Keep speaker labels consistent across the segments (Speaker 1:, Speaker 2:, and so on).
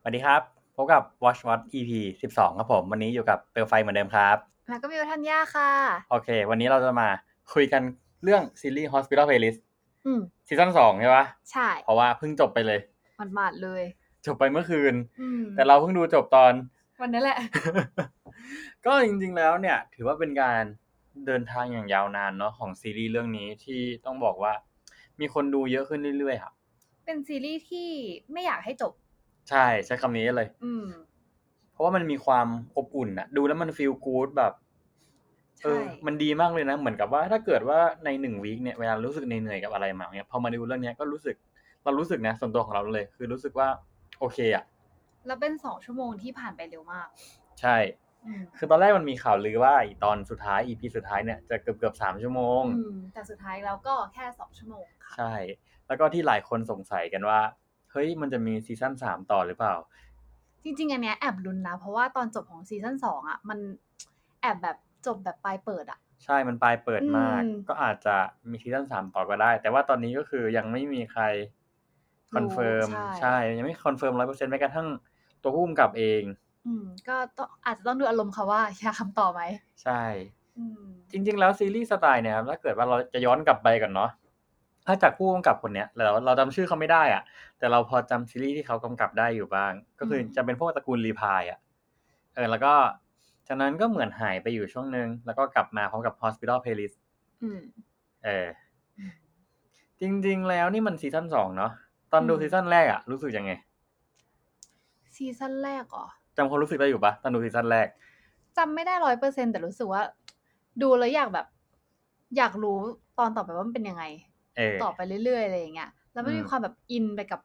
Speaker 1: สวัสดีครับ พบกับ Watch Watch EP 12 ครับผม วันนี้อยู่กับเปลวไฟเหมือนเดิมครับ
Speaker 2: แล้วก็มีวัฒนยาค่ะ
Speaker 1: โอเค วันนี้เราจะมาคุยกันเรื่องซีรีส์ Hospital Playlist
Speaker 2: อืม
Speaker 1: ซีซั่น2ใช่ปะ
Speaker 2: ใช่
Speaker 1: เพราะว่าเพิ่งจบไปเลย
Speaker 2: หมาดๆเลย
Speaker 1: จบไปเมื่อคืน
Speaker 2: อืม
Speaker 1: แต่เราเพิ่งดูจบตอน
Speaker 2: วันนั้นแหละ
Speaker 1: ก็จริงๆแล้วเนี่ย ถือว่าเป็นการเดินทางอย่างยาวนานเนาะของซีรีส์เรื่องนี้ที่ต้องบอกว่า มีคนดูเยอะขึ้นเรื่อยๆครับ
Speaker 2: เป็นซีรีส์ที่ไม่อยากให้จบ
Speaker 1: ใช่ใช้คำนี้เลย
Speaker 2: อืม
Speaker 1: เพราะว่ามันมีความอบอุ่นอะดูแล้วมันฟีลกู๊ดแบบเออ
Speaker 2: ใช่
Speaker 1: มันดีมากเลยนะ เหมือนกับว่าถ้าเกิดว่าในหนึ่งวีคเนี่ยเวลารู้สึกเหนื่อยๆกับอะไรมาเนี่ยพอมาดูเรื่องเนี้ยก็รู้สึกเรารู้สึกนะส่วนตัวของเราเลย คือรู้สึกว่าโอเคอะ
Speaker 2: แล้วเป็นสองชั่วโมงที่ผ่านไปเร็วมาก
Speaker 1: ใช่
Speaker 2: อืม
Speaker 1: คือตอนแรกมันมีข่าวลือว่าอีตอนสุดท้ายอีพีสุดท้ายเนี่ยจะเกือบเกือบๆสามชั่วโมง
Speaker 2: อืมแต่สุดท้ายเราก็แค่สองชั่วโมงค่ะ
Speaker 1: ใช่ แล้วก็ที่หลายคนสงสัยกันว่า เฮ้ยมันจะมีซีซั่นสามต่อหรือเปล่า
Speaker 2: จริง ๆ อันเนี้ยแอบลุ้นนะ เพราะว่าตอนจบของซีซั่นสองอ่ะ มันแอบแบบจบแบบปลายเปิดอ่ะ
Speaker 1: ใช่มันปลายเปิดมาก
Speaker 2: อืม
Speaker 1: ก็อาจจะมีซีซั่นสามต่อก็ได้ แต่ว่าตอนนี้ก็คือยังไม่มีใครคอนเฟิร์ม
Speaker 2: รู้ใช่
Speaker 1: ใช่ ยังไม่คอนเฟิร์มร้อยเปอร์เซ็นต์แม้กระทั่งตัวผู้กำกับเอง
Speaker 2: อืม ก็ต้องอาจจะต้องดูอารมณ์เขาว่า อยากคำต่อไหม
Speaker 1: ใช่
Speaker 2: อืม
Speaker 1: จริง ๆ แล้วซีรีส์สไตล์เนี่ยครับถ้าเกิดว่าเราจะย้อนกลับไปก่อนเนาะถ้าจากผู้กำกับคนเนี้ยเราเราจำชื่อเขาไม่ได้อะแต่เราพอจำซีรีส์ที่เขากำกับได้อยู่บ้าง ก็คืออ
Speaker 2: ม
Speaker 1: จะเป็นพวกตระกูลรีพายอะเออแล้วก็จากนั้นก็เหมือนหายไปอยู่ช่วงนึง แล้วก็กลับมาพร้อมกับ Hospital Playlist
Speaker 2: อืม
Speaker 1: เออ จริงๆ แล้วนี่มันซีซั่นสองเนาะตอนดู
Speaker 2: อืม
Speaker 1: ซีซั่นแรกอะรู้สึกยังไง
Speaker 2: ซีซั่นแรกอ๋อ
Speaker 1: จำความรู้สึกได้อยู่ปะตอนดูซีซั่นแรก
Speaker 2: จำไม่ได้ร้อยเปอร์เซ็นแต่รู้สึกว่า ดูแล้วอยากแบบ อยากรู้ตอนต่อไปว่ามันเป็นยังไง
Speaker 1: เออ
Speaker 2: ต่อไปเรื่อยๆอะไรอย่างเงี้ยแล้วมัน
Speaker 1: อืม
Speaker 2: มีความแบบอินไปกับ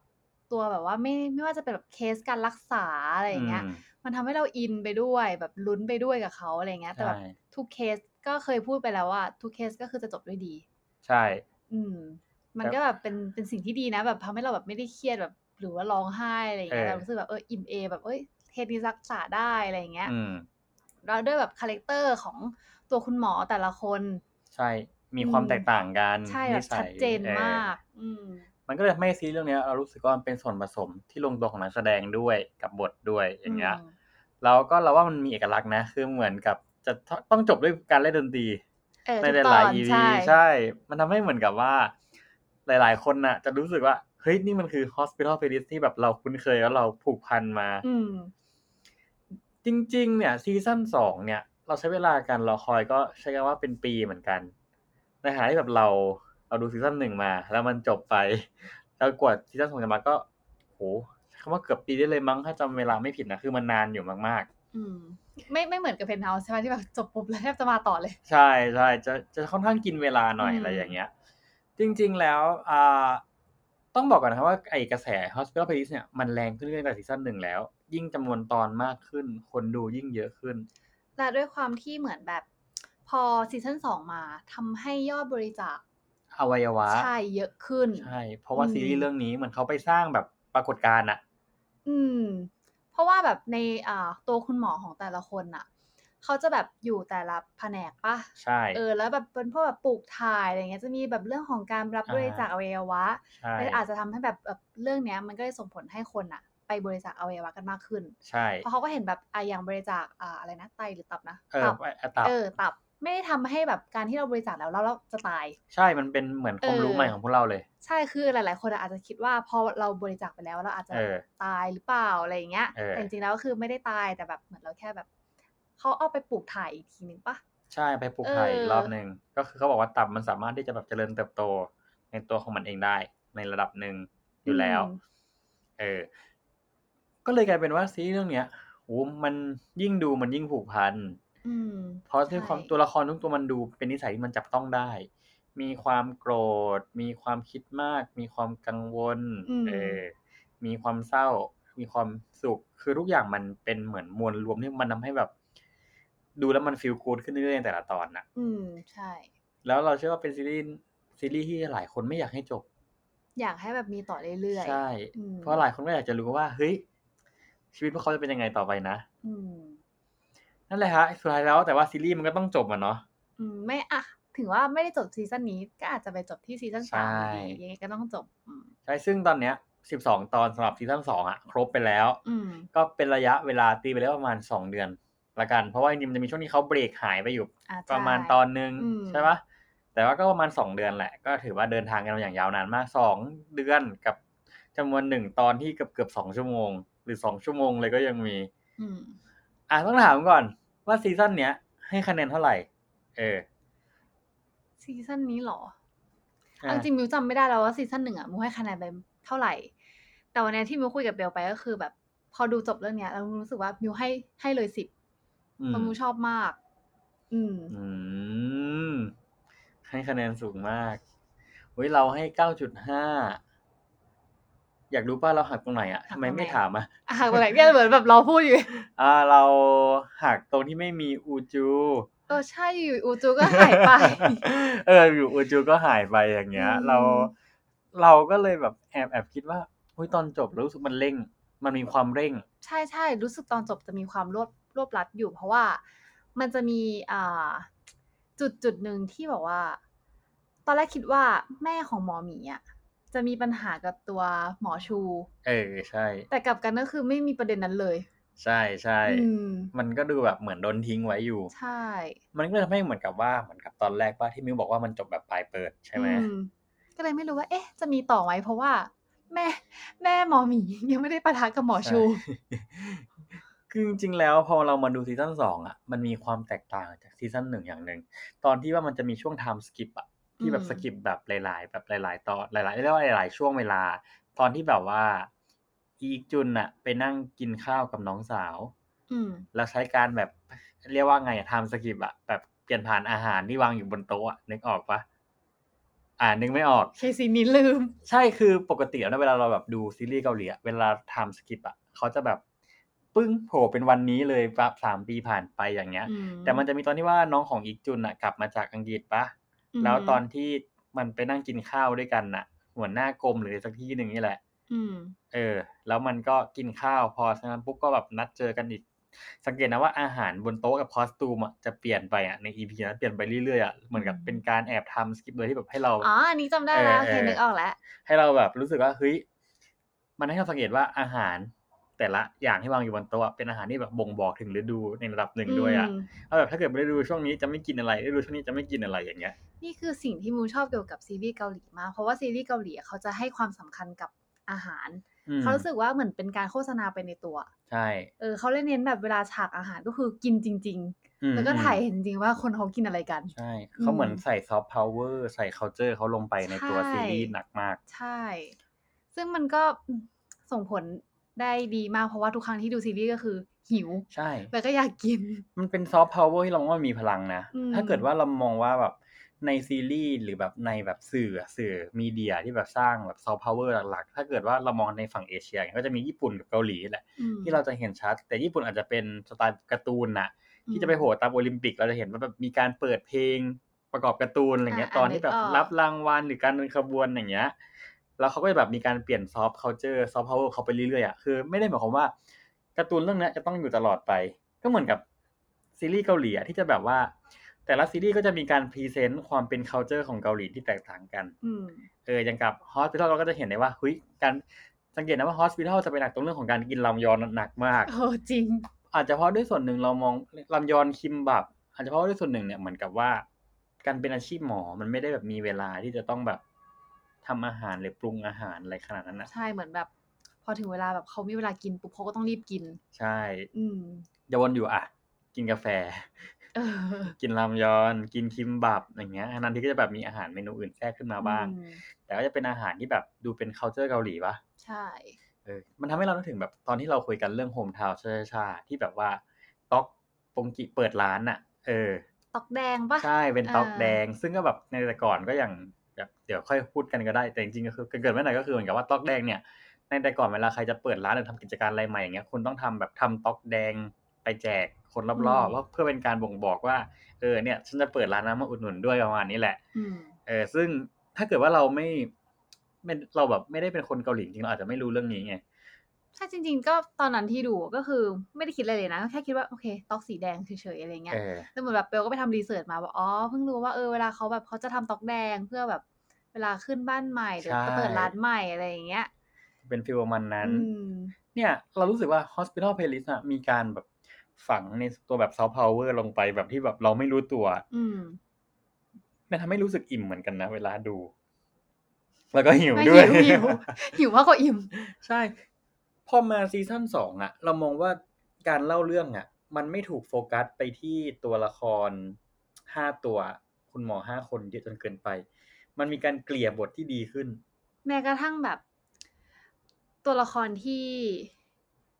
Speaker 2: ตัวแบบว่า ไม่ไม่ว่าจะเป็นแบบเคสการรักษาอะไรอย่างเงี้ย
Speaker 1: อืม
Speaker 2: มันทำให้เราอินไปด้วย แบบลุ้นไปด้วยกับเขาอะไรเงี้ยแต่
Speaker 1: ใช่
Speaker 2: แบบทุกเคสก็เคยพูดไปแล้วว่า ทุกเคสก็คือจะจบด้วยดี
Speaker 1: ใช่
Speaker 2: อืม มัน
Speaker 1: แต่
Speaker 2: ก็แบบเป็นเป็นสิ่งที่ดีนะ แบบทำให้เราแบบไม่ได้เครียดแบบ หรือว่าร้องไห้อะไรอย่างเงี้
Speaker 1: เออ
Speaker 2: ยเรารู้สึกแบบเอออิ่มเอแบบเอ้ยเคสนี้รักษาได้อะไรอย่างเงี้ย
Speaker 1: อืม
Speaker 2: เราด้วยแบบคาแรคเตอร์ของตัวคุณหมอแต่ละคน
Speaker 1: ใช่ มีความแตกต่างกัน
Speaker 2: ใช่แบบ
Speaker 1: สัย
Speaker 2: ชัดเจน
Speaker 1: ออ
Speaker 2: มาก อืม
Speaker 1: มันก็เลยทำให้ซีรีส์เรื่องเนี้ยเรารู้สึกว่ามันเป็นส่วนผสมที่ลงตัวของนักแสดงด้วยกับบทด้วยอย่างเงี้ย
Speaker 2: อืม
Speaker 1: แล้วก็เราว่ามันมีเอกลักษณ์นะ คือเหมือนกับจะต้องจบด้วยการเล่นดนตรี
Speaker 2: เออ
Speaker 1: ใน
Speaker 2: ทุ
Speaker 1: ห
Speaker 2: กตอ
Speaker 1: ลาย
Speaker 2: น
Speaker 1: ๆ EP
Speaker 2: ใช่
Speaker 1: ใช่ มันทำให้เหมือนกับว่า หลาย ๆ คนน่ะ จะรู้สึกว่า เฮ้ย นี่มันคือ Hospital Playlist ที่แบบเราคุ้นเคยแล้วเราผูกพันมา
Speaker 2: อืม
Speaker 1: จริง ๆ เนี่ยซีซั่นสองเนี่ย เราใช้เวลากันรอคอยก็ใช้คำว่าเป็นปีเหมือนกันในขณะที่แบบเราเราดูซีซั่นหนึ่งมา แล้วมันจบไป แล้วกว่าซีซั่นสองจะมาก็โหใช้คำว่าเกือบปีได้เลยมั้งถ้าจำเวลาไม่ผิดนะคือมันนานอยู่มาก ๆ
Speaker 2: อืม ไม่ไม่เหมือนกับเพนท์เฮาส์ใช่ไหมที่แบบจบปุ๊บแล้วแทบจะมาต่อเลย
Speaker 1: ใช่ใช่จะจะค่อนข้างกินเวลาหน่อย
Speaker 2: อืม
Speaker 1: อะไรอย่างเงี้ย จริงๆแล้วอ่าต้องบอกก่อนนะครับว่าไอกระแส Hospital Playlist เนี่ยมันแรงขึ้นเรื่อยๆตั้งแต่ซีซั่นหนึ่งแล้ว ยิ่งจำนวนตอนมากขึ้น คนดูยิ่งเยอะขึ้น
Speaker 2: และด้วยความที่เหมือนแบบ พอซีซั่นสองมาทำให้ยอดบริจาค
Speaker 1: อวัยวะ
Speaker 2: ใช่เยอะขึ้น
Speaker 1: ใช่ เพราะว่า
Speaker 2: อืม
Speaker 1: ซีรีส์เรื่องนี้มันเขาไปสร้างแบบปรากฏการณ์อะ
Speaker 2: อืม เพราะว่าแบบในอ่าตัวคุณหมอของแต่ละคนน่ะ เขาจะแบบอยู่แต่ละแผนกปะ
Speaker 1: ใช่
Speaker 2: เออแล้วแบบเป็นพวกแบบปลูกถ่ายอะไรเงี้ยจะมีแบบเรื่องของการรับบริจาคอวัยวะ
Speaker 1: ใช่
Speaker 2: และอาจจะทำให้แบบแบบเรื่องเนี้ยมันก็เลยส่งผลให้คนอะไปบริจาคอวัยวะกันมากขึ้น
Speaker 1: ใช่
Speaker 2: เพราะเขาก็เห็นแบบอ่ะอย่างบริจาคอ่าอะไรนะไตหรือตับนะ
Speaker 1: เออ
Speaker 2: ตับ
Speaker 1: ตับ
Speaker 2: เออตับไม่ได้ทำให้แบบการที่เราบริจาคแล้วแล้วเราจะตาย
Speaker 1: ใช่มันเป็นเหมือนความ
Speaker 2: เออ
Speaker 1: รู้ใหม่ของพวกเราเลย
Speaker 2: ใช่คือหลาย ๆ คนอะอาจจะคิดว่าพอเราบริจาคไปแล้วเราอาจจะ
Speaker 1: เออ
Speaker 2: ตายหรือเปล่าอะไรอย่างเงี้ย
Speaker 1: เออ
Speaker 2: แต่จริงๆแล้วก็คือไม่ได้ตายแต่แบบเหมือนเราแค่แบบเขาเอาไปปลูกถ่ายอีกทีนึงปะ
Speaker 1: ใช่ไปปลูกไข่อีก
Speaker 2: เออ
Speaker 1: รอบหนึ่งก็คือเขาบอกว่าตับมันสามารถที่จะแบบเจริญเติบโตในตัวของมันเองได้ ในระดับหนึ่งอยู่แล้ว
Speaker 2: ม
Speaker 1: เออ ก็เลยกลายเป็นว่าซีรีส์เรื่องเนี้ยโอ้มันยิ่งดูมันยิ่งผูกพัน
Speaker 2: อืม
Speaker 1: เพราะด้วยความ
Speaker 2: ใช่
Speaker 1: ตัวละครทุกตัวมันดูเป็นนิสัยที่มันจับต้องได้ มีความโกรธ มีความคิดมาก มีความกังวล
Speaker 2: อืม
Speaker 1: เออ มีความเศร้า มีความสุข คือทุกอย่างมันเป็นเหมือนมวลรวมที่มันทำให้แบบ ดูแล้วมันฟีลกูดขึ้นเรื่อยๆในแต่ละตอนน่ะ
Speaker 2: อืมใช่
Speaker 1: แล้วเราเชื่อว่าเป็นซีรีส์ซีรีส์ที่หลายคนไม่อยากให้จบ
Speaker 2: อยากให้แบบมีต่อเรื่อยๆ
Speaker 1: ใช่
Speaker 2: อืม
Speaker 1: เพราะหลายคนก็อยากจะรู้ว่าเฮ้ยชีวิตพวกเขาจะเป็นยังไงต่อไปนะ
Speaker 2: อืม
Speaker 1: นั่นแหละฮะสุดท้ายแล้วแต่ว่าซีรีส์มันก็ต้องจบอะเนาะ
Speaker 2: อืมไม่อะถึงว่าไม่ได้จบซีซั่นนี้ก็อาจจะไปจบที่ซีซั่นสามอยู่ดี
Speaker 1: ใช่
Speaker 2: ยังไงก็ต้องจบอืม
Speaker 1: ใช่ซึ่งตอนเนี้ย สิบสองตอนสำหรับซีซั่นสองอะครบไปแล้ว
Speaker 2: อืม
Speaker 1: ก็เป็นระยะเวลาตีไปแล้วประมาณสองเดือนละกัน เพราะว่าจริงๆมันจะมีช่วงที่เขาเบรกหายไปอยู่
Speaker 2: อ่ใช่
Speaker 1: ประมาณตอนหนึ่ง
Speaker 2: อืม
Speaker 1: ใช่ปะแต่ว่าก็ประมาณสองเดือนแหละ ก็ถือว่าเดินทางกันมาอย่างยาวนานมากสองเดือนกับจำนวนหนึ่งตอนที่เกือบเกือบสองชั่วโมง หรือสองชั่วโมงเลยก็ยังมี
Speaker 2: อืม
Speaker 1: อ่ะต้องถามก่อนว่าซีซั่นเนี้ย ให้คะแนนเท่าไหร่ เออ
Speaker 2: ซีซั่นนี้เหรอ
Speaker 1: อ่ะ
Speaker 2: เอาจริงมิวจำไม่ได้แล้วว่าซีซั่นหนึ่งอะมิวให้คะแนนไปเท่าไหร่ แต่วันเนี้ยที่มิวคุยกับเบลไปก็คือแบบ พอดูจบเรื่องเนี้ยแล้วมิวรู้สึกว่ามิวให้ให้เลยสิบ
Speaker 1: อืม
Speaker 2: เพราะมิวชอบมาก อืม
Speaker 1: อืมให้คะแนนสูงมากเว้ยเราให้เก้าจุดห้าอยากรู้ป่ะเราหักตรงไหนอะทำไมไม่ถามอะ
Speaker 2: อ่ะ แบบเนี้ยเหมือนแบบเราพูดอยู่
Speaker 1: อ่าเราหักตรงที่ไม่มีอูจู
Speaker 2: เออใช่อยู่ๆอูจูก็หายไป
Speaker 1: เอออยู่อูจูก็หายไปอย่างเงี้ย
Speaker 2: อืม
Speaker 1: เราเราก็เลยแบบแอบแอบคิดว่าอุ้ยตอนจบแล้วรู้สึกมันเร่ง มันมีความเร่ง
Speaker 2: ใช่ใช่รู้สึกตอนจบจะมีความรวบรวบรัดอยู่ เพราะว่ามันจะมีอ่าจุดจุดหนึ่งที่บอกว่า ตอนแรกคิดว่าแม่ของหมอหมีอ่ะจะมีปัญหากับตัวหมอชู
Speaker 1: เออใช่
Speaker 2: แต่กลับกันก็คือไม่มีประเด็นนั้นเลย
Speaker 1: ใช่ใช่
Speaker 2: อืม
Speaker 1: มันก็ดูแบบเหมือนโดนทิ้งไว้อยู่
Speaker 2: ใช่
Speaker 1: มันก็เลยทำให้เหมือนกับว่าเหมือนกับตอนแรกว่าที่มิวบอกว่ามันจบแบบปลายเปิดใช่ไหม
Speaker 2: อืมก็เลยไม่รู้ว่า เอ๊ะ จะมีต่อไหมเพราะว่า แม่ แม่หมอหมี ยังไม่ได้ปะทะกับหมอชู
Speaker 1: ใช่ คือจริงๆแล้วพอเรามาดูซีซั่นสองอ่ะมันมีความแตกต่างจากซีซั่นหนึ่งอย่างหนึ่งตอนที่ว่ามันจะมีช่วงไทม์สกิปอ่ะ ที่แบบ
Speaker 2: อืม
Speaker 1: สกิปแบบหลาย ๆ แบบหลาย ๆ ตอนหลายๆเรียกว่าหลายๆช่วงเวลา ตอนที่แบบว่า อีกจุนอะไปนั่งกินข้าวกับน้องสาว
Speaker 2: อืม
Speaker 1: แล้วใช้การแบบเรียกว่าไงทำสกิปอะแบบเปลี่ยนผ่านอาหารที่วางอยู่บนโต๊ะอะนึกออกปะอ่านึกไม่ออก
Speaker 2: เคซีนี้ลืม
Speaker 1: ใช่คือปกติแล้วนะเวลาเราแบบดูซีรีส์เกาหลีอะเวลาทำสกิปอะเขาจะแบบปึ้งโผล่เป็นวันนี้เลยแบบสามปีผ่านไปอย่างเงี้ย
Speaker 2: อื
Speaker 1: แต่มันจะมีตอนที่ว่าน้องของอีกจุนอะกลับมาจากอังกฤษปะ
Speaker 2: ม
Speaker 1: แล้วตอนที่มันไปนั่งกินข้าวด้วยกันน่ะ หัวหน้ากรมหรือสักที่หนึ่งนี่แหละ
Speaker 2: อืม
Speaker 1: เออ แล้วมันก็กินข้าวพอฉะนั้นปุ๊บก็แบบนัดเจอกันอีก สังเกตนะว่าอาหารบนโต๊ะกับคอสตูมอะจะเปลี่ยนไปอ่ะในอีพีนั้นเปลี่ยนไปเรื่อยๆอ่ะเหมือนกับ
Speaker 2: อืม
Speaker 1: เป็นการแอบทำสกิปเลยที่แบบให้เรา
Speaker 2: อ๋อ อันนี้จำได้แล้ว โอเค
Speaker 1: เออเออ
Speaker 2: นึกออกแล้ว
Speaker 1: ให้เราแบบรู้สึกว่าเฮ้ยมันให้เราสังเกตว่าอาหารแต่ละอย่างที่วางอยู่บนโต๊ะอะเป็นอาหารที่แบบบ่งบอกถึงฤดูในระดับหนึ่งด้วยอ่ะ
Speaker 2: ม
Speaker 1: เอาแบบถ้าเกิดฤดูช่วงนี้จะไม่กินอะไรฤดูช่วงนี้จะไม่กินอะไรอย่างเงี้ย
Speaker 2: นี่คือสิ่งที่มูชอบเกี่ยวกับซีรีส์เกาหลีมาก เพราะว่าซีรีส์เกาหลีเขาจะให้ความสำคัญกับอาหาร
Speaker 1: อืม
Speaker 2: เขารู้สึกว่าเหมือนเป็นการโฆษณาไปในตัว
Speaker 1: ใช่
Speaker 2: เออเขาเลยเน้นแบบเวลาฉากอาหารก็คือกินจริง
Speaker 1: อื
Speaker 2: ๆ
Speaker 1: ม
Speaker 2: แล้วก็
Speaker 1: อืม
Speaker 2: ถ่ายเห็นจริงว่าคนเขากินอะไรกัน
Speaker 1: ใช่
Speaker 2: อืม
Speaker 1: เขาเหมือนใส่ซอฟต์พาวเวอร์ใส่ c u เจอร์เขาลงไปในตัว
Speaker 2: ใช่
Speaker 1: ซีรีส์หนักมาก
Speaker 2: ใช่ ซึ่งมันก็ส่งผลได้ดีมาก เพราะว่าทุกครั้งที่ดูซีรีส์ก็คือหิว
Speaker 1: ใช่
Speaker 2: แล้วก็อยากกิน
Speaker 1: มันเป็นซอฟต์พาวเวอร์ที่เราว่ามีพลังนะ
Speaker 2: อืม
Speaker 1: ถ้าเกิดว่าเรามองว่าแบบในซีรีส์หรือแบบในแบบสื่ออะสื่อมีเดียที่แบบสร้างแบบซอฟต์พาวเวอร์หลักๆ ถ้าเกิดว่าเรามองในฝั่งเอเชียอย่างเงี้ยก็จะมีญี่ปุ่นกับเกาหลีแหละ
Speaker 2: อืม
Speaker 1: ที่เราจะเห็นชัด แต่ญี่ปุ่นอาจจะเป็นสไตล์การ์ตูนน่ะ ที่จะไปโห
Speaker 2: ด
Speaker 1: ดตามโอลิมปิกเราจะเห็นว่าแบบมีการเปิดเพลงประกอบการ์ตูนอะไรเงี้ยต
Speaker 2: อ่าอ่า
Speaker 1: อนที่แบบ
Speaker 2: นึกออก
Speaker 1: รับรางวัลหรือการเดินขบวนอย่างเงี้ยแล้วเขาก็จะแบบมีการเปลี่ยนซอฟต์เคาเจอร์ซอฟต์พาวเวอร์เขาไปเรื่อยๆอ่ะคือไม่ได้หมายความว่าการ์ตูนเรื่องเนี้ยจะต้องอยู่ตลอดไป ก็เหมือนกับซีรีส์เกาหลีอ่ะที่จะแบบว่า แต่ละซีรีส์ก็จะมีการพรีเซนต์ความเป็นเคาเจอร์ของเกาหลีที่แตกต่างกัน
Speaker 2: อืม
Speaker 1: เอออย่างกับฮอสพิทอลเราก็จะเห็นได้ว่าเฮ้ยการสังเกตนะว่าฮอสพิทอลจะเป็นหนักตรงเรื่องของการกินลำยอนหนักมาก
Speaker 2: โอ้จริง
Speaker 1: อาจจะเพราะด้วยส่วนหนึ่งเรามองลำยอนคิมบับ อาจจะเพราะด้วยส่วนหนึ่งเนี่ยเหมือนกับว่าการเป็นอาชีพหมอมันไม่ได้แบบมีเวลาที่จะต้องแบบทำอาหารหรือปรุงอาหารอะไรขนาดนั้นนะ
Speaker 2: ใช่เหมือนแบบ พอถึงเวลาแบบเขามีเวลากินปุ๊บเขาก็ต้องรีบกิน
Speaker 1: ใช่
Speaker 2: อืม
Speaker 1: เยาวนอยู่อ่ะ กินกาแฟ
Speaker 2: เออ
Speaker 1: กินรามยอน กินคิมบับอย่างเงี้ยอันนั้นที่ก็จะแบบมีอาหารเมนูอื่นแทรกขึ้นมาบ้าง
Speaker 2: อืม
Speaker 1: แต่ก็จะเป็นอาหารที่แบบดูเป็น c u เจอร์เกาหลีปะ
Speaker 2: ใช่
Speaker 1: เออมันทำให้เรานึกถึงแบบตอนที่เราคุยกันเรื่องโฮมทาวน์ชาชาๆที่แบบว่าต๊อกปงกิเปิดร้านน่ะ เออ
Speaker 2: ตอกแดงปะ
Speaker 1: ใช่เป็นต๊อก
Speaker 2: อ่า
Speaker 1: แดง ซึ่งก็แบบในแต่ก่อนก็อย่างแบบเดี๋ยวค่อยพูดกันก็ได้แต่จริงๆก็คือเกิดไม่ไหนก็คือเหมือนกับว่าต๊อกแดงเนี่ยในแต่ก่อนเวลาใครจะเปิดร้านหรือทำกิจการอะไรใหม่อย่างเงี้ยคุณต้องทำแบบทำต๊อกแดงไปแจกคนรอบๆว่าเพื่อเป็นการบ่งบอกว่าเออเนี่ยฉันจะเปิดร้านนะมาอุดหนุนด้วยประมาณนี้แหละ
Speaker 2: อืม
Speaker 1: เออซึ่งถ้าเกิดว่าเราไม่ไม่เราแบบไม่ได้เป็นคนเกาหลีจริงๆเราอาจจะไม่รู้เรื่องนี้ไง
Speaker 2: ถ้าจริง ๆ ก็ตอนนั้นที่ดูก็คือไม่ได้คิดอะไรเลยนะก็แค่คิดว่าโอเคตอกสีแดงเฉยๆอะไรเงี้ย
Speaker 1: เออ
Speaker 2: แล้วเหมือนแบบเบลก็ไปทำรีเสิร์ชมาว่าอ๋อเพิ่งรู้ว่าเออเวลาเขาแบบเขาจะทำตอกแดงเพื่อแบบเวลาขึ้นบ้านใหม่หรือ
Speaker 1: ใช่
Speaker 2: จะเปิดร้านใหม่อะไรอย่างเงี้ย
Speaker 1: เป็นฟิลประมาณนั้น
Speaker 2: อืม
Speaker 1: เนี่ยเรารู้สึกว่า Hospital Playlist อะมีการแบบฝังในตัวแบบซอฟต์พาวเวอร์ลงไปแบบที่แบบเราไม่รู้ตัว
Speaker 2: อืม
Speaker 1: มันทำให้รู้สึกอิ่มเหมือนกันนะ เวลาดู แล้วก็หิว
Speaker 2: ไม่
Speaker 1: ด้วย
Speaker 2: หิวหิวมากกว่าอิ่ม
Speaker 1: ใช่ พอมาซีซั่นสองอะเรามองว่าการเล่าเรื่องอะมันไม่ถูกโฟกัสไปที่ตัวละครห้าตัว คุณหมอห้าคนเยอะจนเกินไป มันมีการเกลี่ยบทที่ดีขึ้น
Speaker 2: แม้กระทั่งแบบ ตัวละครที่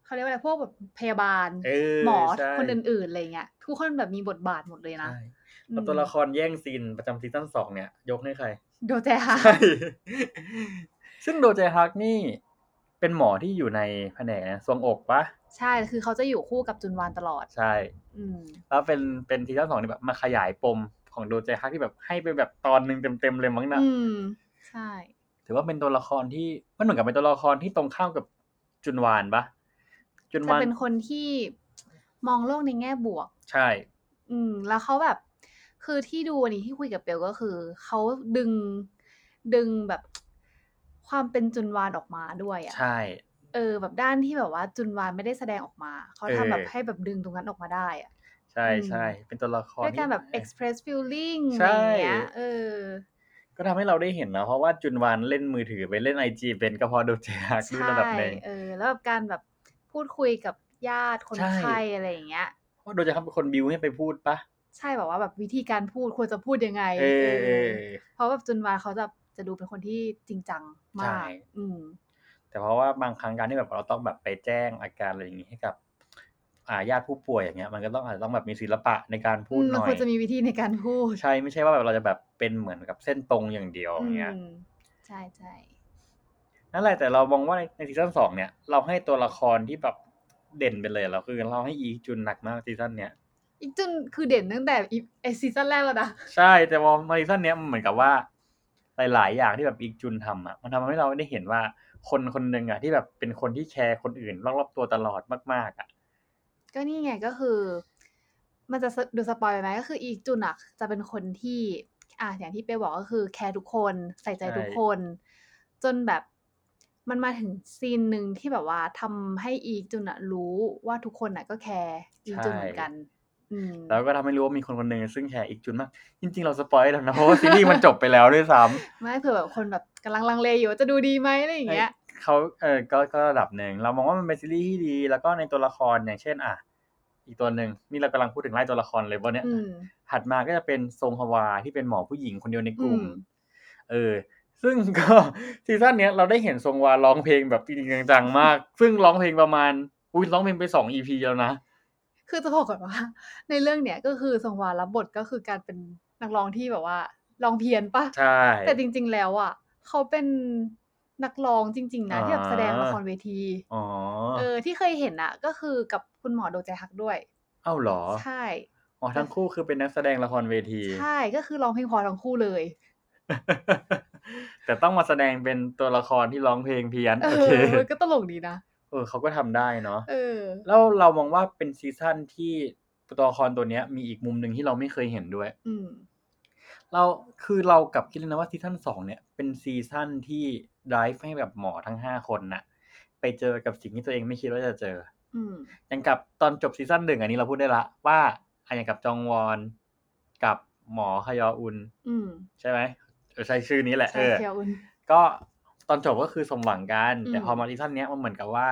Speaker 2: เขาเรียกว่าอะไรพวกแบบพยาบาล
Speaker 1: เออ
Speaker 2: หมอ
Speaker 1: ใช่
Speaker 2: คนอื่นๆอะไรเงี้ยทุกคนแบบมีบทบาทหมดเลยนะ
Speaker 1: ใช่
Speaker 2: อืม
Speaker 1: แล้วตัวละครแย่งซีนประจำซีซั่นสองเนี่ย ยกให้ใคร
Speaker 2: โดแจฮะ
Speaker 1: ใช่ ซึ่งโดเจฮักนี่เป็นหมอที่อยู่ในแผนกทรวงอกปะ
Speaker 2: ใช่คือเขาจะอยู่คู่กับจุนวานตลอด
Speaker 1: ใช่
Speaker 2: อืม
Speaker 1: แล้วเป็นเป็นซีซั่นสองที่แบบมาขยายปมของโดเจฮักที่แบบให้ไปแบบตอนหนึ่งเต็มๆเลยมั้งนะ
Speaker 2: อืม ใช่
Speaker 1: ถือว่าเป็นตัวละครที่มันเหมือนกับเป็นตัวละครที่ตรงข้ามกับจุนวานปะจุน
Speaker 2: จะ
Speaker 1: วาน
Speaker 2: เป็นคนที่มองโลกในแง่บวก
Speaker 1: ใช่
Speaker 2: อืม แล้วเขาแบบ คือที่ดูอันนี้ที่คุยกับเปลก็คือ เขาดึงดึงแบบความเป็นจุนวานออกมาด้วยอะ
Speaker 1: ใช่
Speaker 2: เออแบบด้านที่แบบว่าจุนวานไม่ได้แสดงออกมา เขาทำแบบให้แบบดึงตรงนั้นออกมาได้อะ
Speaker 1: ใช่ใช่เป็นตัวละคร
Speaker 2: ด้วยการ
Speaker 1: ที่
Speaker 2: แบบ express feeling อะ
Speaker 1: ใช่
Speaker 2: ไรอย่างเงี้ยเออ
Speaker 1: ก็ทำให้เราได้เห็นนะเพราะว่าจุนวานเล่นมือถือไปเล่นไอจีเป็นก็เพอโดเจฮักด้วย
Speaker 2: ใช่
Speaker 1: ระดับหนึ่ง
Speaker 2: เออ แล้วแบบการแบบพูดคุยกับญาติคน
Speaker 1: ใช่
Speaker 2: ไข้อะไรอย่างเงี้ย
Speaker 1: เพราะโดเจฮักเป็นคนบิวให้ไปพูดปะ
Speaker 2: ใช่แบบว่าแบบวิธีการพูดควรจะพูดยังไง
Speaker 1: เออเออ
Speaker 2: เพราะแบบจุนวานเขาจะจะดูเป็นคนที่จริงจังมาก
Speaker 1: ใช่
Speaker 2: อืม
Speaker 1: แต่เพราะว่าบางครั้งการที่แบบเราต้องแบบไปแจ้งอาการอะไรอย่างนี้ให้กับ อ่าญาติผู้ป่วยอย่างเงี้ย มันก็ต้องอาจจะต้องแบบมีศิลปะในการพูดห
Speaker 2: มัน
Speaker 1: น่อย
Speaker 2: ควรจะมีวิธีในการพูด
Speaker 1: ใช่ไม่ใช่ว่าแบบเราจะแบบเป็นเหมือนกับเส้นตรงอย่างเดียว
Speaker 2: อื
Speaker 1: อย่างเงี้ย
Speaker 2: มใช่ใช่
Speaker 1: นั่นแหละแต่เรามองว่าในในซีซั่นสองเนี่ยเราให้ตัวละครที่แบบเด่นไปเลยเราคือเราให้อีจุนหนักมากซีซั่นเนี้ย
Speaker 2: อีกจุนคือเด่นตั้งแต่อีไอซีซั่นแรกแล้วนะ
Speaker 1: ใช่แต่พอมาซีซั่นเนี้ยมันเหมือนกับว่า หลาย ๆ อย่างที่แบบอีจุนทำอ่ะมันทำให้เราได้เห็นว่าคนคนหนึ่งอ่ะที่แบบเป็นคนที่แคร์คนอื่นรอบๆตัวตลอดมากๆอ่ะ
Speaker 2: ก็นี่ไงก็คือ มันจะสดูสปอยไปไหมก็คืออีกจุนอะจะเป็นคนที่ อ่ะอย่างที่เปบอกก็คือแคร์ทุกคนใส่ใจทุก
Speaker 1: ใช่
Speaker 2: คน จนแบบมันมาถึงซีนหนึ่งที่แบบว่าทำให้อีกจุนอะรู้ว่าทุกคนอะก็แคร์อีกจุนเหมือนกัน อืม
Speaker 1: แล้วก็ทำให้รู้ว่ามีคนคนหนึ่งซึ่งแคร์อีกจุนมาก จริง ๆ เราสปอยล์แล้วนะ เพราะว่าซีรีส์มันจบไปแล้วด้วยซ้
Speaker 2: ไม่เผื่อแบบคนแบบกำลังลังเลอยู่ว่าจะดูดีไหมอะไรอย่างเงี้ย
Speaker 1: ำ เขาเออก็ก็ระดับหนึ่งเรามองว่ามันเป็นซีรีส์ที่ดี แล้วก็ในตัวละครอย่างเช่น อ่ะ อีกตัวหนึ่งนี่เรากำลังพูดถึงไล่ตัวละครเลยวันเนี้ย
Speaker 2: อืม
Speaker 1: ถัดมาก็จะเป็นทรงฮวาที่เป็นหมอผู้หญิงคนเดียวในกลุ่ม
Speaker 2: อืม
Speaker 1: เออ ซึ่งก็ ซีซั่นเนี้ยเราได้เห็นทรงฮวาร้องเพลงแบบจริงๆจังๆมาก ซึ่งร้องเพลงประมาณอุ้ยร้องเพลงไปสองอีพีแล้วนะ
Speaker 2: คือจะบอกก่อนว่า ในเรื่องเนี้ยก็คือสงวารับบทก็คือการเป็นนักร้องที่แบบว่าร้องเพี้ยนปะ
Speaker 1: ใช่
Speaker 2: แต่จริง ๆ แล้วอ่ะเขาเป็นนักร้องจริง ๆ นะ
Speaker 1: อ่า
Speaker 2: ที่แบบแสดงละครเวที
Speaker 1: อ๋อ
Speaker 2: เออ ที่เคยเห็นอ่ะ ก็คือกับคุณหมอโดใจฮักด้วย
Speaker 1: เอ้าเหรอ
Speaker 2: ใช่
Speaker 1: อ๋อทั้งคู่คือเป็นนักแสดงละครเวที
Speaker 2: ใช่ก็คือร้องเพลงพอทั้งคู่เลย
Speaker 1: แต่ต้องมาแสดงเป็นตัวละครที่ร้องเพลงเพี้ยน
Speaker 2: เอ
Speaker 1: โอเค
Speaker 2: อมันก็ตลกดีนะ
Speaker 1: เออเขาก็ทำได้เนาะ
Speaker 2: เออ
Speaker 1: แล้วเรามองว่าเป็นซีซั่นที่ตัวละครตัวเนี้ย มีอีกมุมหนึ่งที่เราไม่เคยเห็นด้วย
Speaker 2: อืม
Speaker 1: เราคือเรากลับคิดเลยนะว่าซีซั่นสองเนี่ยเป็นซีซั่นที่ drive ให้แบบหมอทั้งห้าคนน่ะ ไปเจอกับสิ่งที่ตัวเองไม่คิดว่าจะเจอ
Speaker 2: อืม
Speaker 1: อย่างกับตอนจบซีซั่นหนึ่งอันนี้เราพูดได้ละว่าอะอย่างกับจองวอนกับหมอฮยออุน
Speaker 2: อืม
Speaker 1: ใช่ไหมเออใช่ชื่อนี้แหละ
Speaker 2: ใช่
Speaker 1: เออ
Speaker 2: เคียวอุน
Speaker 1: ก็ตอนจบก็คือสมหวังกัน
Speaker 2: อืม
Speaker 1: แต่พอมาซีซั่นเนี้ยมันเหมือนกับว่า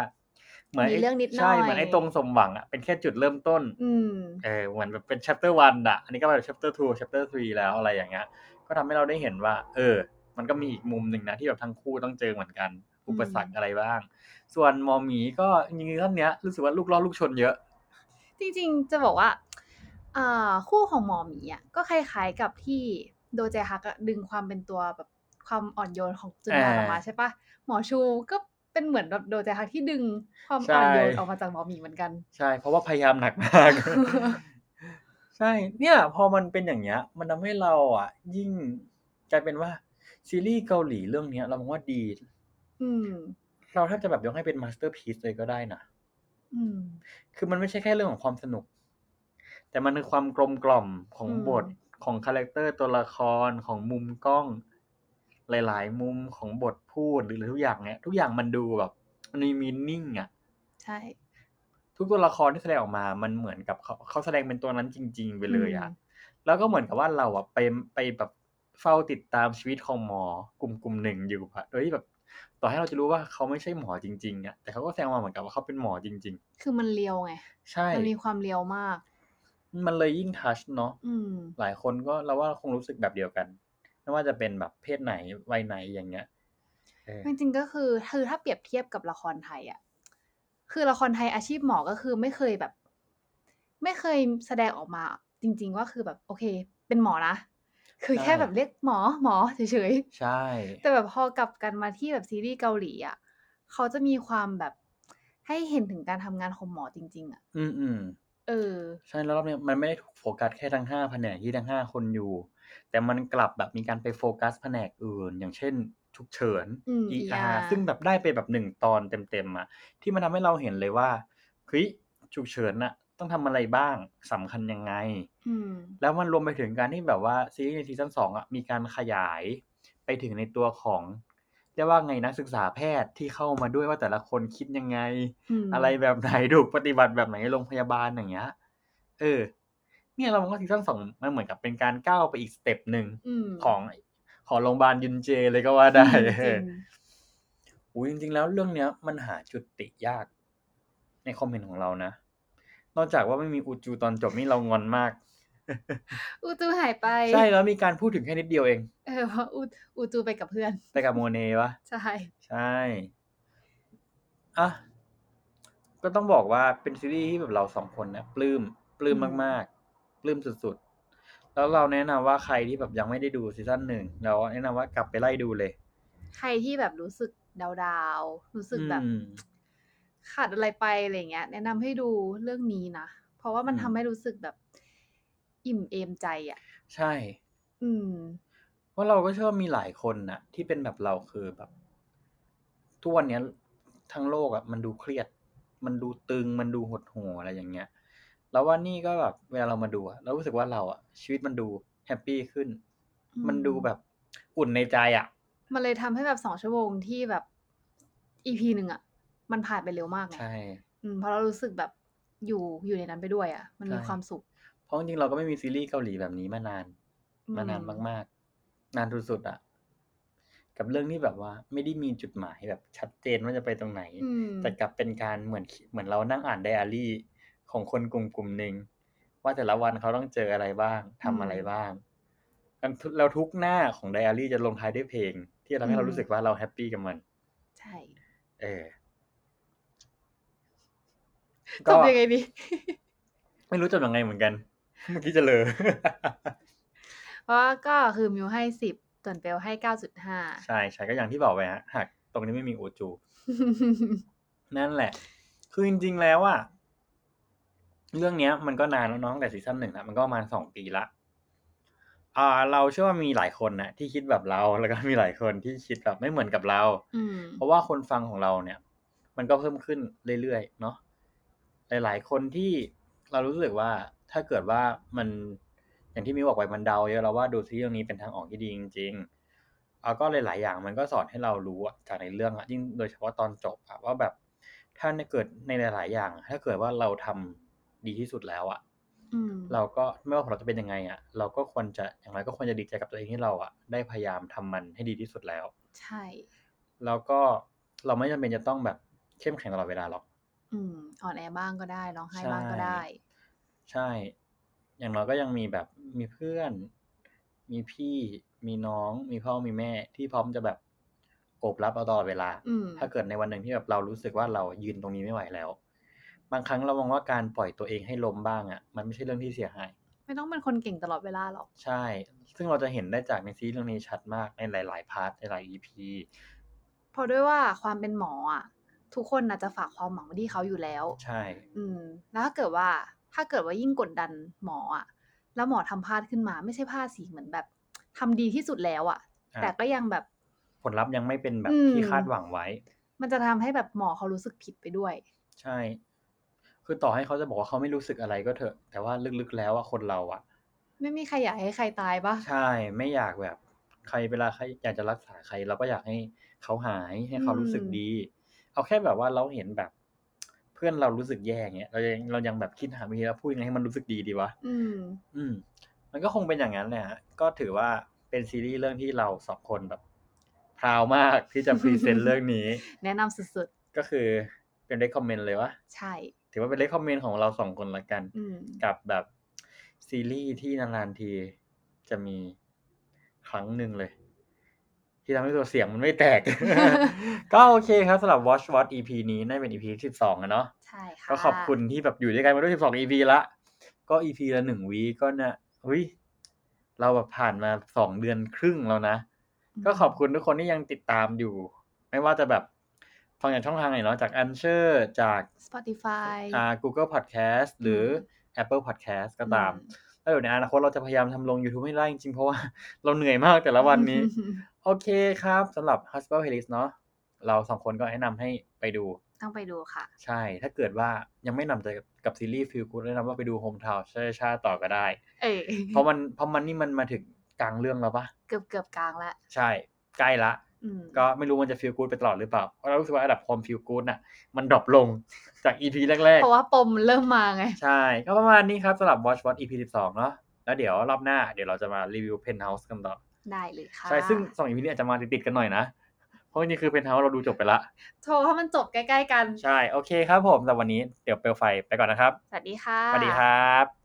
Speaker 1: เหมือน
Speaker 2: มี
Speaker 1: ไ
Speaker 2: เรื่องนิดหน่อย
Speaker 1: ใช่เหมือนไอ้ตรงสมหวังอ่ะเป็นแค่จุดเริ่มต้น
Speaker 2: อืม
Speaker 1: เออเหมือนแบบเป็น chapter one อ่ะ อันนี้ก็แบบ chapter two chapter three แล้วอะไรอย่างเงี้ยก็ทำให้เราได้เห็นว่า เออ มันก็มีอีกมุมหนึ่งนะที่แบบทั้งคู่ต้องเจอเหมือนกัน อุปสรรคอะไรบ้าง ส่วนหมอหมีก็จริงๆท่านเนี้ยรู้สึกว่าลูกล้อลูกชนเยอะ
Speaker 2: จริงๆ จะบอกว่าอ่าคู่ของหมอหมีอ่ะก็คล้ายๆกับที่โดเจฮักอะดึงความเป็นตัวแบบความอ่อนโยนของจุนวาน
Speaker 1: อ่า
Speaker 2: ออกมาใช่ปะหมอชูก็เป็นเหมือนแบบโดเจฮักที่ดึงความอ่อน
Speaker 1: ใช่
Speaker 2: โยนออกมาจากหมอหมีเหมือนกัน
Speaker 1: ใช่ เพราะว่าพยายามหนักมาก ใช่ เนี่ย พอมันเป็นอย่างเงี้ย มันทำให้เราอ่ะ ยิ่งกลายเป็นว่า ซีรีส์เกาหลีเรื่องเนี้ย เรามองว่าดี
Speaker 2: อืม
Speaker 1: เราแทบจะแบบยกให้เป็นมาสเตอร์พ c e เลยก็ได้นะ
Speaker 2: อืม
Speaker 1: คือมันไม่ใช่แค่เรื่องของความสนุก แต่มันคือความกลมกล่อมของ
Speaker 2: อืม
Speaker 1: บทของคาแรคเตอร์ตัวละครของมุมกล้อง หลาย ๆ มุมของบทพูดหรือทุกอย่างเนี่ยทุกอย่างมันดูแบบมันมีมีนิ่งอ่ะ
Speaker 2: ใช่
Speaker 1: ทุกตัวละครที่แสดงออกมา มันเหมือนกับเขาเขาแสดงเป็นตัวนั้นจริง ๆ ไปเลยอ่ะ แล้วก็เหมือนกับว่าเราอะไปไปแบบเฝ้าติดตามชีวิตของหมอกลุ่มกลุ่มหนึ่งอยู่อะโดยที่แบบ ต่อให้เราจะรู้ว่าเขาไม่ใช่หมอจริงๆอะแต่เขาก็แสดงมาเหมือนกับว่าเขาเป็นหมอจริง
Speaker 2: คือมันเลียวไง
Speaker 1: ๆ ใช่
Speaker 2: มันมีความเลียวมาก
Speaker 1: มันเลยยิ่งทัชเนาะ
Speaker 2: อืม
Speaker 1: หลายคนก็เราว่าคงรู้สึกแบบเดียวกันไม่ว่าจะเป็นแบบเพศไหนวัยไหนอย่างเงี้ยเออ
Speaker 2: จริงๆก็คือคือถ้าเปรียบเทียบกับละครไทยอะคือละครไทยอาชีพหมอก็คือไม่เคยแบบ ไม่เคยแสดงออกมา จริง ๆ ว่าคือแบบโอเค เป็นหมอนะ คือแค่แบบเรียกหมอหมอเฉยๆ
Speaker 1: ใช่
Speaker 2: แต่แบบพอกลับกันมาที่แบบซีรีส์เกาหลีอ่ะเขาจะมีความแบบให้เห็นถึงการทำงานของหมอจริง ๆ อ่ะ
Speaker 1: อืมอืม
Speaker 2: เออ
Speaker 1: ๆใช่แล้วรอบเนี้ยมันไม่ได้ถูกโฟกัสแค่ทั้งห้าแผนกที่ทั้งห้าคนอยู่ แต่มันกลับแบบมีการไปโฟกัสแผนกอื่น อย่างเช่นฉุกเฉิน
Speaker 2: อืม
Speaker 1: ER
Speaker 2: ER
Speaker 1: ซึ่งแบบได้ไปแบบหนึ่งตอนเต็มๆอะที่มันทำให้เราเห็นเลยว่าเฮ้ยฉุกเฉินน่ะ ต้องทำอะไรบ้างสำคัญยังไง
Speaker 2: อืม
Speaker 1: แล้วมันรวมไปถึงการที่แบบว่าซีรีส์ในซีซั่นสองอะมีการขยายไปถึงในตัวของเรียกว่าไงนะศึกษาแพทย์ที่เข้ามาด้วยว่าแต่ละคนคิดยังไง
Speaker 2: ม
Speaker 1: อะไร แบบไหนถูกปฏิบัติแบบไหนในโรงพยาบาลอย่างเงี้ยเออ เนี่ยเรามองว่าซีซั่นสองมันเหมือนกับเป็นการก้าวไปอีกสเต็ปหนึ่ง
Speaker 2: ม
Speaker 1: ของของโรงพยาบาลยุนเจเลยก็ว่าได้
Speaker 2: จริง
Speaker 1: อุ้ยจริงๆแล้วเรื่องเนี้ย มันหาจุดติยาก ในความเห็นของเรานะ นอกจากว่าไม่มีอูจูตอนจบนี่เรางอนมาก
Speaker 2: อูจูหายไป
Speaker 1: ใช่แล้วมีการพูดถึงแค่นิดเดียวเอง
Speaker 2: เออเพราะอูอูจูไปกับเพื่อน
Speaker 1: แต่กับโมเนวะ
Speaker 2: ใช่
Speaker 1: ใช่อ่ะก็ต้องบอกว่าเป็นซีรีส์ที่แบบเราสองคนนะปลื้มปลื้มมากๆปลื้มสุดๆ แล้วเราแนะนำว่าใครที่แบบยังไม่ได้ดูซีซั่นหนึ่งเราแนะนำว่ากลับไปไล่ดูเลย
Speaker 2: ใครที่แบบรู้สึกดาวๆรู้สึกแบบ
Speaker 1: อืม
Speaker 2: ขาดอะไรไปอะไรเงี้ย แนะนำให้ดูเรื่องนี้นะ เพราะว่ามัน
Speaker 1: อืม
Speaker 2: ทำให้รู้สึกแบบ อิ่มเอมใจอ่ะ
Speaker 1: ใช่
Speaker 2: อืม
Speaker 1: เพราะเราก็เชื่อว่ามีหลายคนนะที่เป็นแบบเราคือแบบทุกวันเนี้ยทั้งโลกอะ่ะ มันดูเครียด มันดูตึงมันดูหดหู่อะไรอย่างเงี้ยแล้วว่านี่ก็แบบเวลาเรามาดูอะเรารู้สึกว่าเราอะชีวิตมันดูแฮปปี้ขึ้น
Speaker 2: อืม
Speaker 1: มันดูแบบอุ่นในใจอะ่ะ
Speaker 2: มันเลยทำให้แบบสองชั่วโมงที่แบบอีพีหนึ่งอะมันผ่านไปเร็วมากไง
Speaker 1: ใช่
Speaker 2: อืมเพราะเรารู้สึกแบบอยู่อยู่ในนั้นไปด้วยอะมันมี
Speaker 1: ใช่
Speaker 2: ความสุข
Speaker 1: เพราะจริงๆเราก็ไม่มีซีรีส์เกาหลีแบบนี้มานาน
Speaker 2: อืม
Speaker 1: มานานมากๆ นานสุดๆอะ่ะ กับเรื่องที่แบบว่า ไม่ได้มีจุดหมายแบบชัดเจนว่าจะไปตรงไหน
Speaker 2: อืม
Speaker 1: แต่กลับเป็นการเหมือนเหมือนเรานั่งอ่านไดอารี่ของคนกลุ่มกลุ่มหนึ่งว่าแต่ละวันเขาต้องเจออะไรบ้างทำอะไรบ้างกันทุกแล้วทุกหน้าของไดอารี่จะลงท้ายด้วยเพลง ที่ทำให้เรารู้สึกว่าเราแฮปปี้กับมัน
Speaker 2: ใช่
Speaker 1: เออ
Speaker 2: จบยังไงดี
Speaker 1: ไม่รู้จบยังไงเหมือนกัน เมื่อกี้จะเล อ
Speaker 2: เพราะว่าก็คือมิวให้สิบส่วนเปลให้เก้าจุดห้า
Speaker 1: ใช่ใช่ก็อย่างที่บอกไปฮะหากตรงนี้ไม่มีโอจู นั่นแหละ คือจริงๆ แล้วอะเรื่องเนี้ย มันก็นานแล้วเน้องแต่ซีซั่นหนึ่งนะมันก็ประมาณสองปีละ อ่า เราเชื่อว่ามีหลายคนนะที่คิดแบบเรา แล้วก็มีหลายคนที่คิดแบบไม่เหมือนกับเรา
Speaker 2: อืม
Speaker 1: เพราะว่าคนฟังของเราเนี่ย มันก็เพิ่มขึ้นเรื่อยๆ เนาะ หลายๆ คนที่เรารู้สึกว่าถ้าเกิดว่ามันอย่างที่มิวบอกไปมันเดาเยอะเราว่าดูซีรีส์เรื่องนี้เป็นทางออกที่ดีจริงๆเอาก็หลายๆ อย่างมันก็สอนให้เรารู้อะจากในเรื่องอะยิ่งโดยเฉพาะตอนจบอะว่าแบบถ้าในเกิดในหลาย ๆ อย่างอะถ้าเกิดว่าเราทำดีที่สุดแล้วอะ
Speaker 2: อืม
Speaker 1: เราก็ไม่ว่าผลลัพธ์จะเป็นยังไงอะเราก็ควรจะอย่างไรก็ควรจะดีใจกับตัวเองที่เราอะได้พยายามทำมันให้ดีที่สุดแล้ว
Speaker 2: ใช่
Speaker 1: แล้วก็เราไม่จำเป็นจะต้องแบบเข้มแข็งตลอดเวลาหรอก
Speaker 2: อืมอ่อนแอบ้างก็ได้ร้องไห้บ้างก็
Speaker 1: ใช่
Speaker 2: ได้
Speaker 1: ใช่ อย่างน้อยก็ยังมีแบบมีเพื่อน มีพี่ มีน้อง มีพ่อ มีแม่ ที่พร้อมจะแบบโอบรับเราตลอดเวลา
Speaker 2: อืม
Speaker 1: ถ้าเกิดในวันหนึ่งที่แบบเรารู้สึกว่าเรายืนตรงนี้ไม่ไหวแล้ว บางครั้งเรามองว่าการปล่อยตัวเองให้ล้มบ้างอะ่ะ มันไม่ใช่เรื่องที่เสียหาย
Speaker 2: ไม่ต้องเป็นคนเก่งตลอดเวลาหรอก
Speaker 1: ใช่ ซึ่งเราจะเห็นได้จากในซีรีส์เรื่องนี้ชัดมากในหลาย ๆ พาร์ทในหลาย EP
Speaker 2: เพราะด้วยว่าความเป็นหมออ่ะ ทุกคนน่ะจะฝากความหวังไว้ที่เขาอยู่แล้ว
Speaker 1: ใช่
Speaker 2: อืม แล้วถ้าเกิดว่าถ้าเกิดว่ายิ่งกดดันหมออ่ะ แล้วหมอทำพลาดขึ้นมา ไม่ใช่พลาดสิเหมือนแบบทำดีที่สุดแล้วอ่ะ
Speaker 1: อ่ะ
Speaker 2: แต่ก็ยังแบบ
Speaker 1: ผลลัพธ์ยังไม่เป็นแบบ
Speaker 2: อืม
Speaker 1: ที่คาดหวังไว้
Speaker 2: มันจะทำให้แบบหมอเขารู้สึกผิดไปด้วย
Speaker 1: ใช่ คือต่อให้เขาจะบอกว่าเขาไม่รู้สึกอะไรก็เถอะ แต่ว่าลึกๆแล้วอะคนเราอะ
Speaker 2: ไม่มีใครอยากให้ใครตายปะ
Speaker 1: ใช่ไม่อยากแบบ ใครเวลาใครอยากจะรักษาใครเราก็อยากให้เขาหายให้เขารู้สึกดี เอาแค่แบบว่าเราเห็นแบบ เพื่อนเรารู้สึกแย่เงี้ยเรายังเรายังแบบคิดหาวิธีแล้วพูดยังไงให้มันรู้สึกดีดีวะ
Speaker 2: อืม
Speaker 1: อืม มันก็คงเป็นอย่างนั้นแหละฮะก็ถือว่าเป็นซีรีส์เรื่องที่เราสองคนแบบพราวมากที่จะพรีเซนต์เรื่องนี้
Speaker 2: แนะนำสุด
Speaker 1: ก็คือเป็นเ e คคอมเมนต์เลยวะ
Speaker 2: ๆ ใช่
Speaker 1: ถือว่าเป็นเ e คคอมเมนต์ของเราสองคนละกัน
Speaker 2: อืม
Speaker 1: กับแบบซีรีส์ที่นานๆทีจะมีครั้งหนึ่งเลย ที่ทำให้ตัวเสียงมันไม่แต ก ก็โอเคครับสำหรับ Watch Watch EP นี้น่าจะเป็น EP ที่12อะเนาะ
Speaker 2: ใช่ค่ะ
Speaker 1: ก็ขอบคุณที่แบบอยู่ด้วยกันมาด้วย 12 EP ละ ก็ EP ละหนึ่งวีก็นะเฮ้ย เราแบบผ่านมาสองเดือนครึ่งแล้วนะ ก็ขอบคุณทุกคนที่ยังติดตามอยู่ ไม่ว่าจะแบบฟังจากช่องทางไหนเนาะ จาก a n c h o r จาก
Speaker 2: ส Spotify
Speaker 1: อ่า Google Podcast หรืออ Apple Podcast ก็ตาม แล้วเดี๋ยวในอนาคตเราจะพยายามทำลง YouTube ให้ได้จริงๆ เพราะว่า เราเหนื่อยมากแต่ละวัน นี้ โอเคครับสำหรับ h u s b a n d Playlist เนาะ เราสองคนก็แนะนำให้ไปดู
Speaker 2: ต้องไปดูค่ะ
Speaker 1: ใช่ ถ้าเกิดว่ายังไม่หนำใจกับกับซีรีส์ฟิลกูดแนะนำว่าไปดูโฮมทาวน์ชาชาต่อก็ได้
Speaker 2: เอย
Speaker 1: เพราะมันเพราะมันนี่มันมาถึงกลางเรื่องแล้วปะ
Speaker 2: เกือบเกือบกลางละ
Speaker 1: ใช่ ใกล้ละ
Speaker 2: อืม
Speaker 1: ก็ไม่รู้มันจะฟิลกูดไปตลอดหรือเปล่า เพราะเรารู้สึกว่าระดับความฟิลกูดน่ะ มันดรอปลงจากอีพีแรก
Speaker 2: เพราะว่าปมเริ่มมาไง
Speaker 1: ๆ ใช่ ก็ประมาณนี้ครับสำหรับ Watch Watch EP 12 เนาะแล้วเดี๋ยวรอบหน้าเดี๋ยวเราจะมารีวิว Penthouse กันต่อ
Speaker 2: ได้เลยค่ะ
Speaker 1: ใช่ ซึ่งสอง EP นี้อาจจะมาติดๆกันหน่อยนะ เพราะนี่คือ Penthouse เราดูจบไปละ
Speaker 2: โทรเพราะมันจบใกล้ ๆ กัน
Speaker 1: ใช่ โอเคครับผมสำหรับวันนี้เดี๋ยวเปลวไฟไปก่อนนะครับ
Speaker 2: สวัสดีค่ะ
Speaker 1: สวัสดีครับ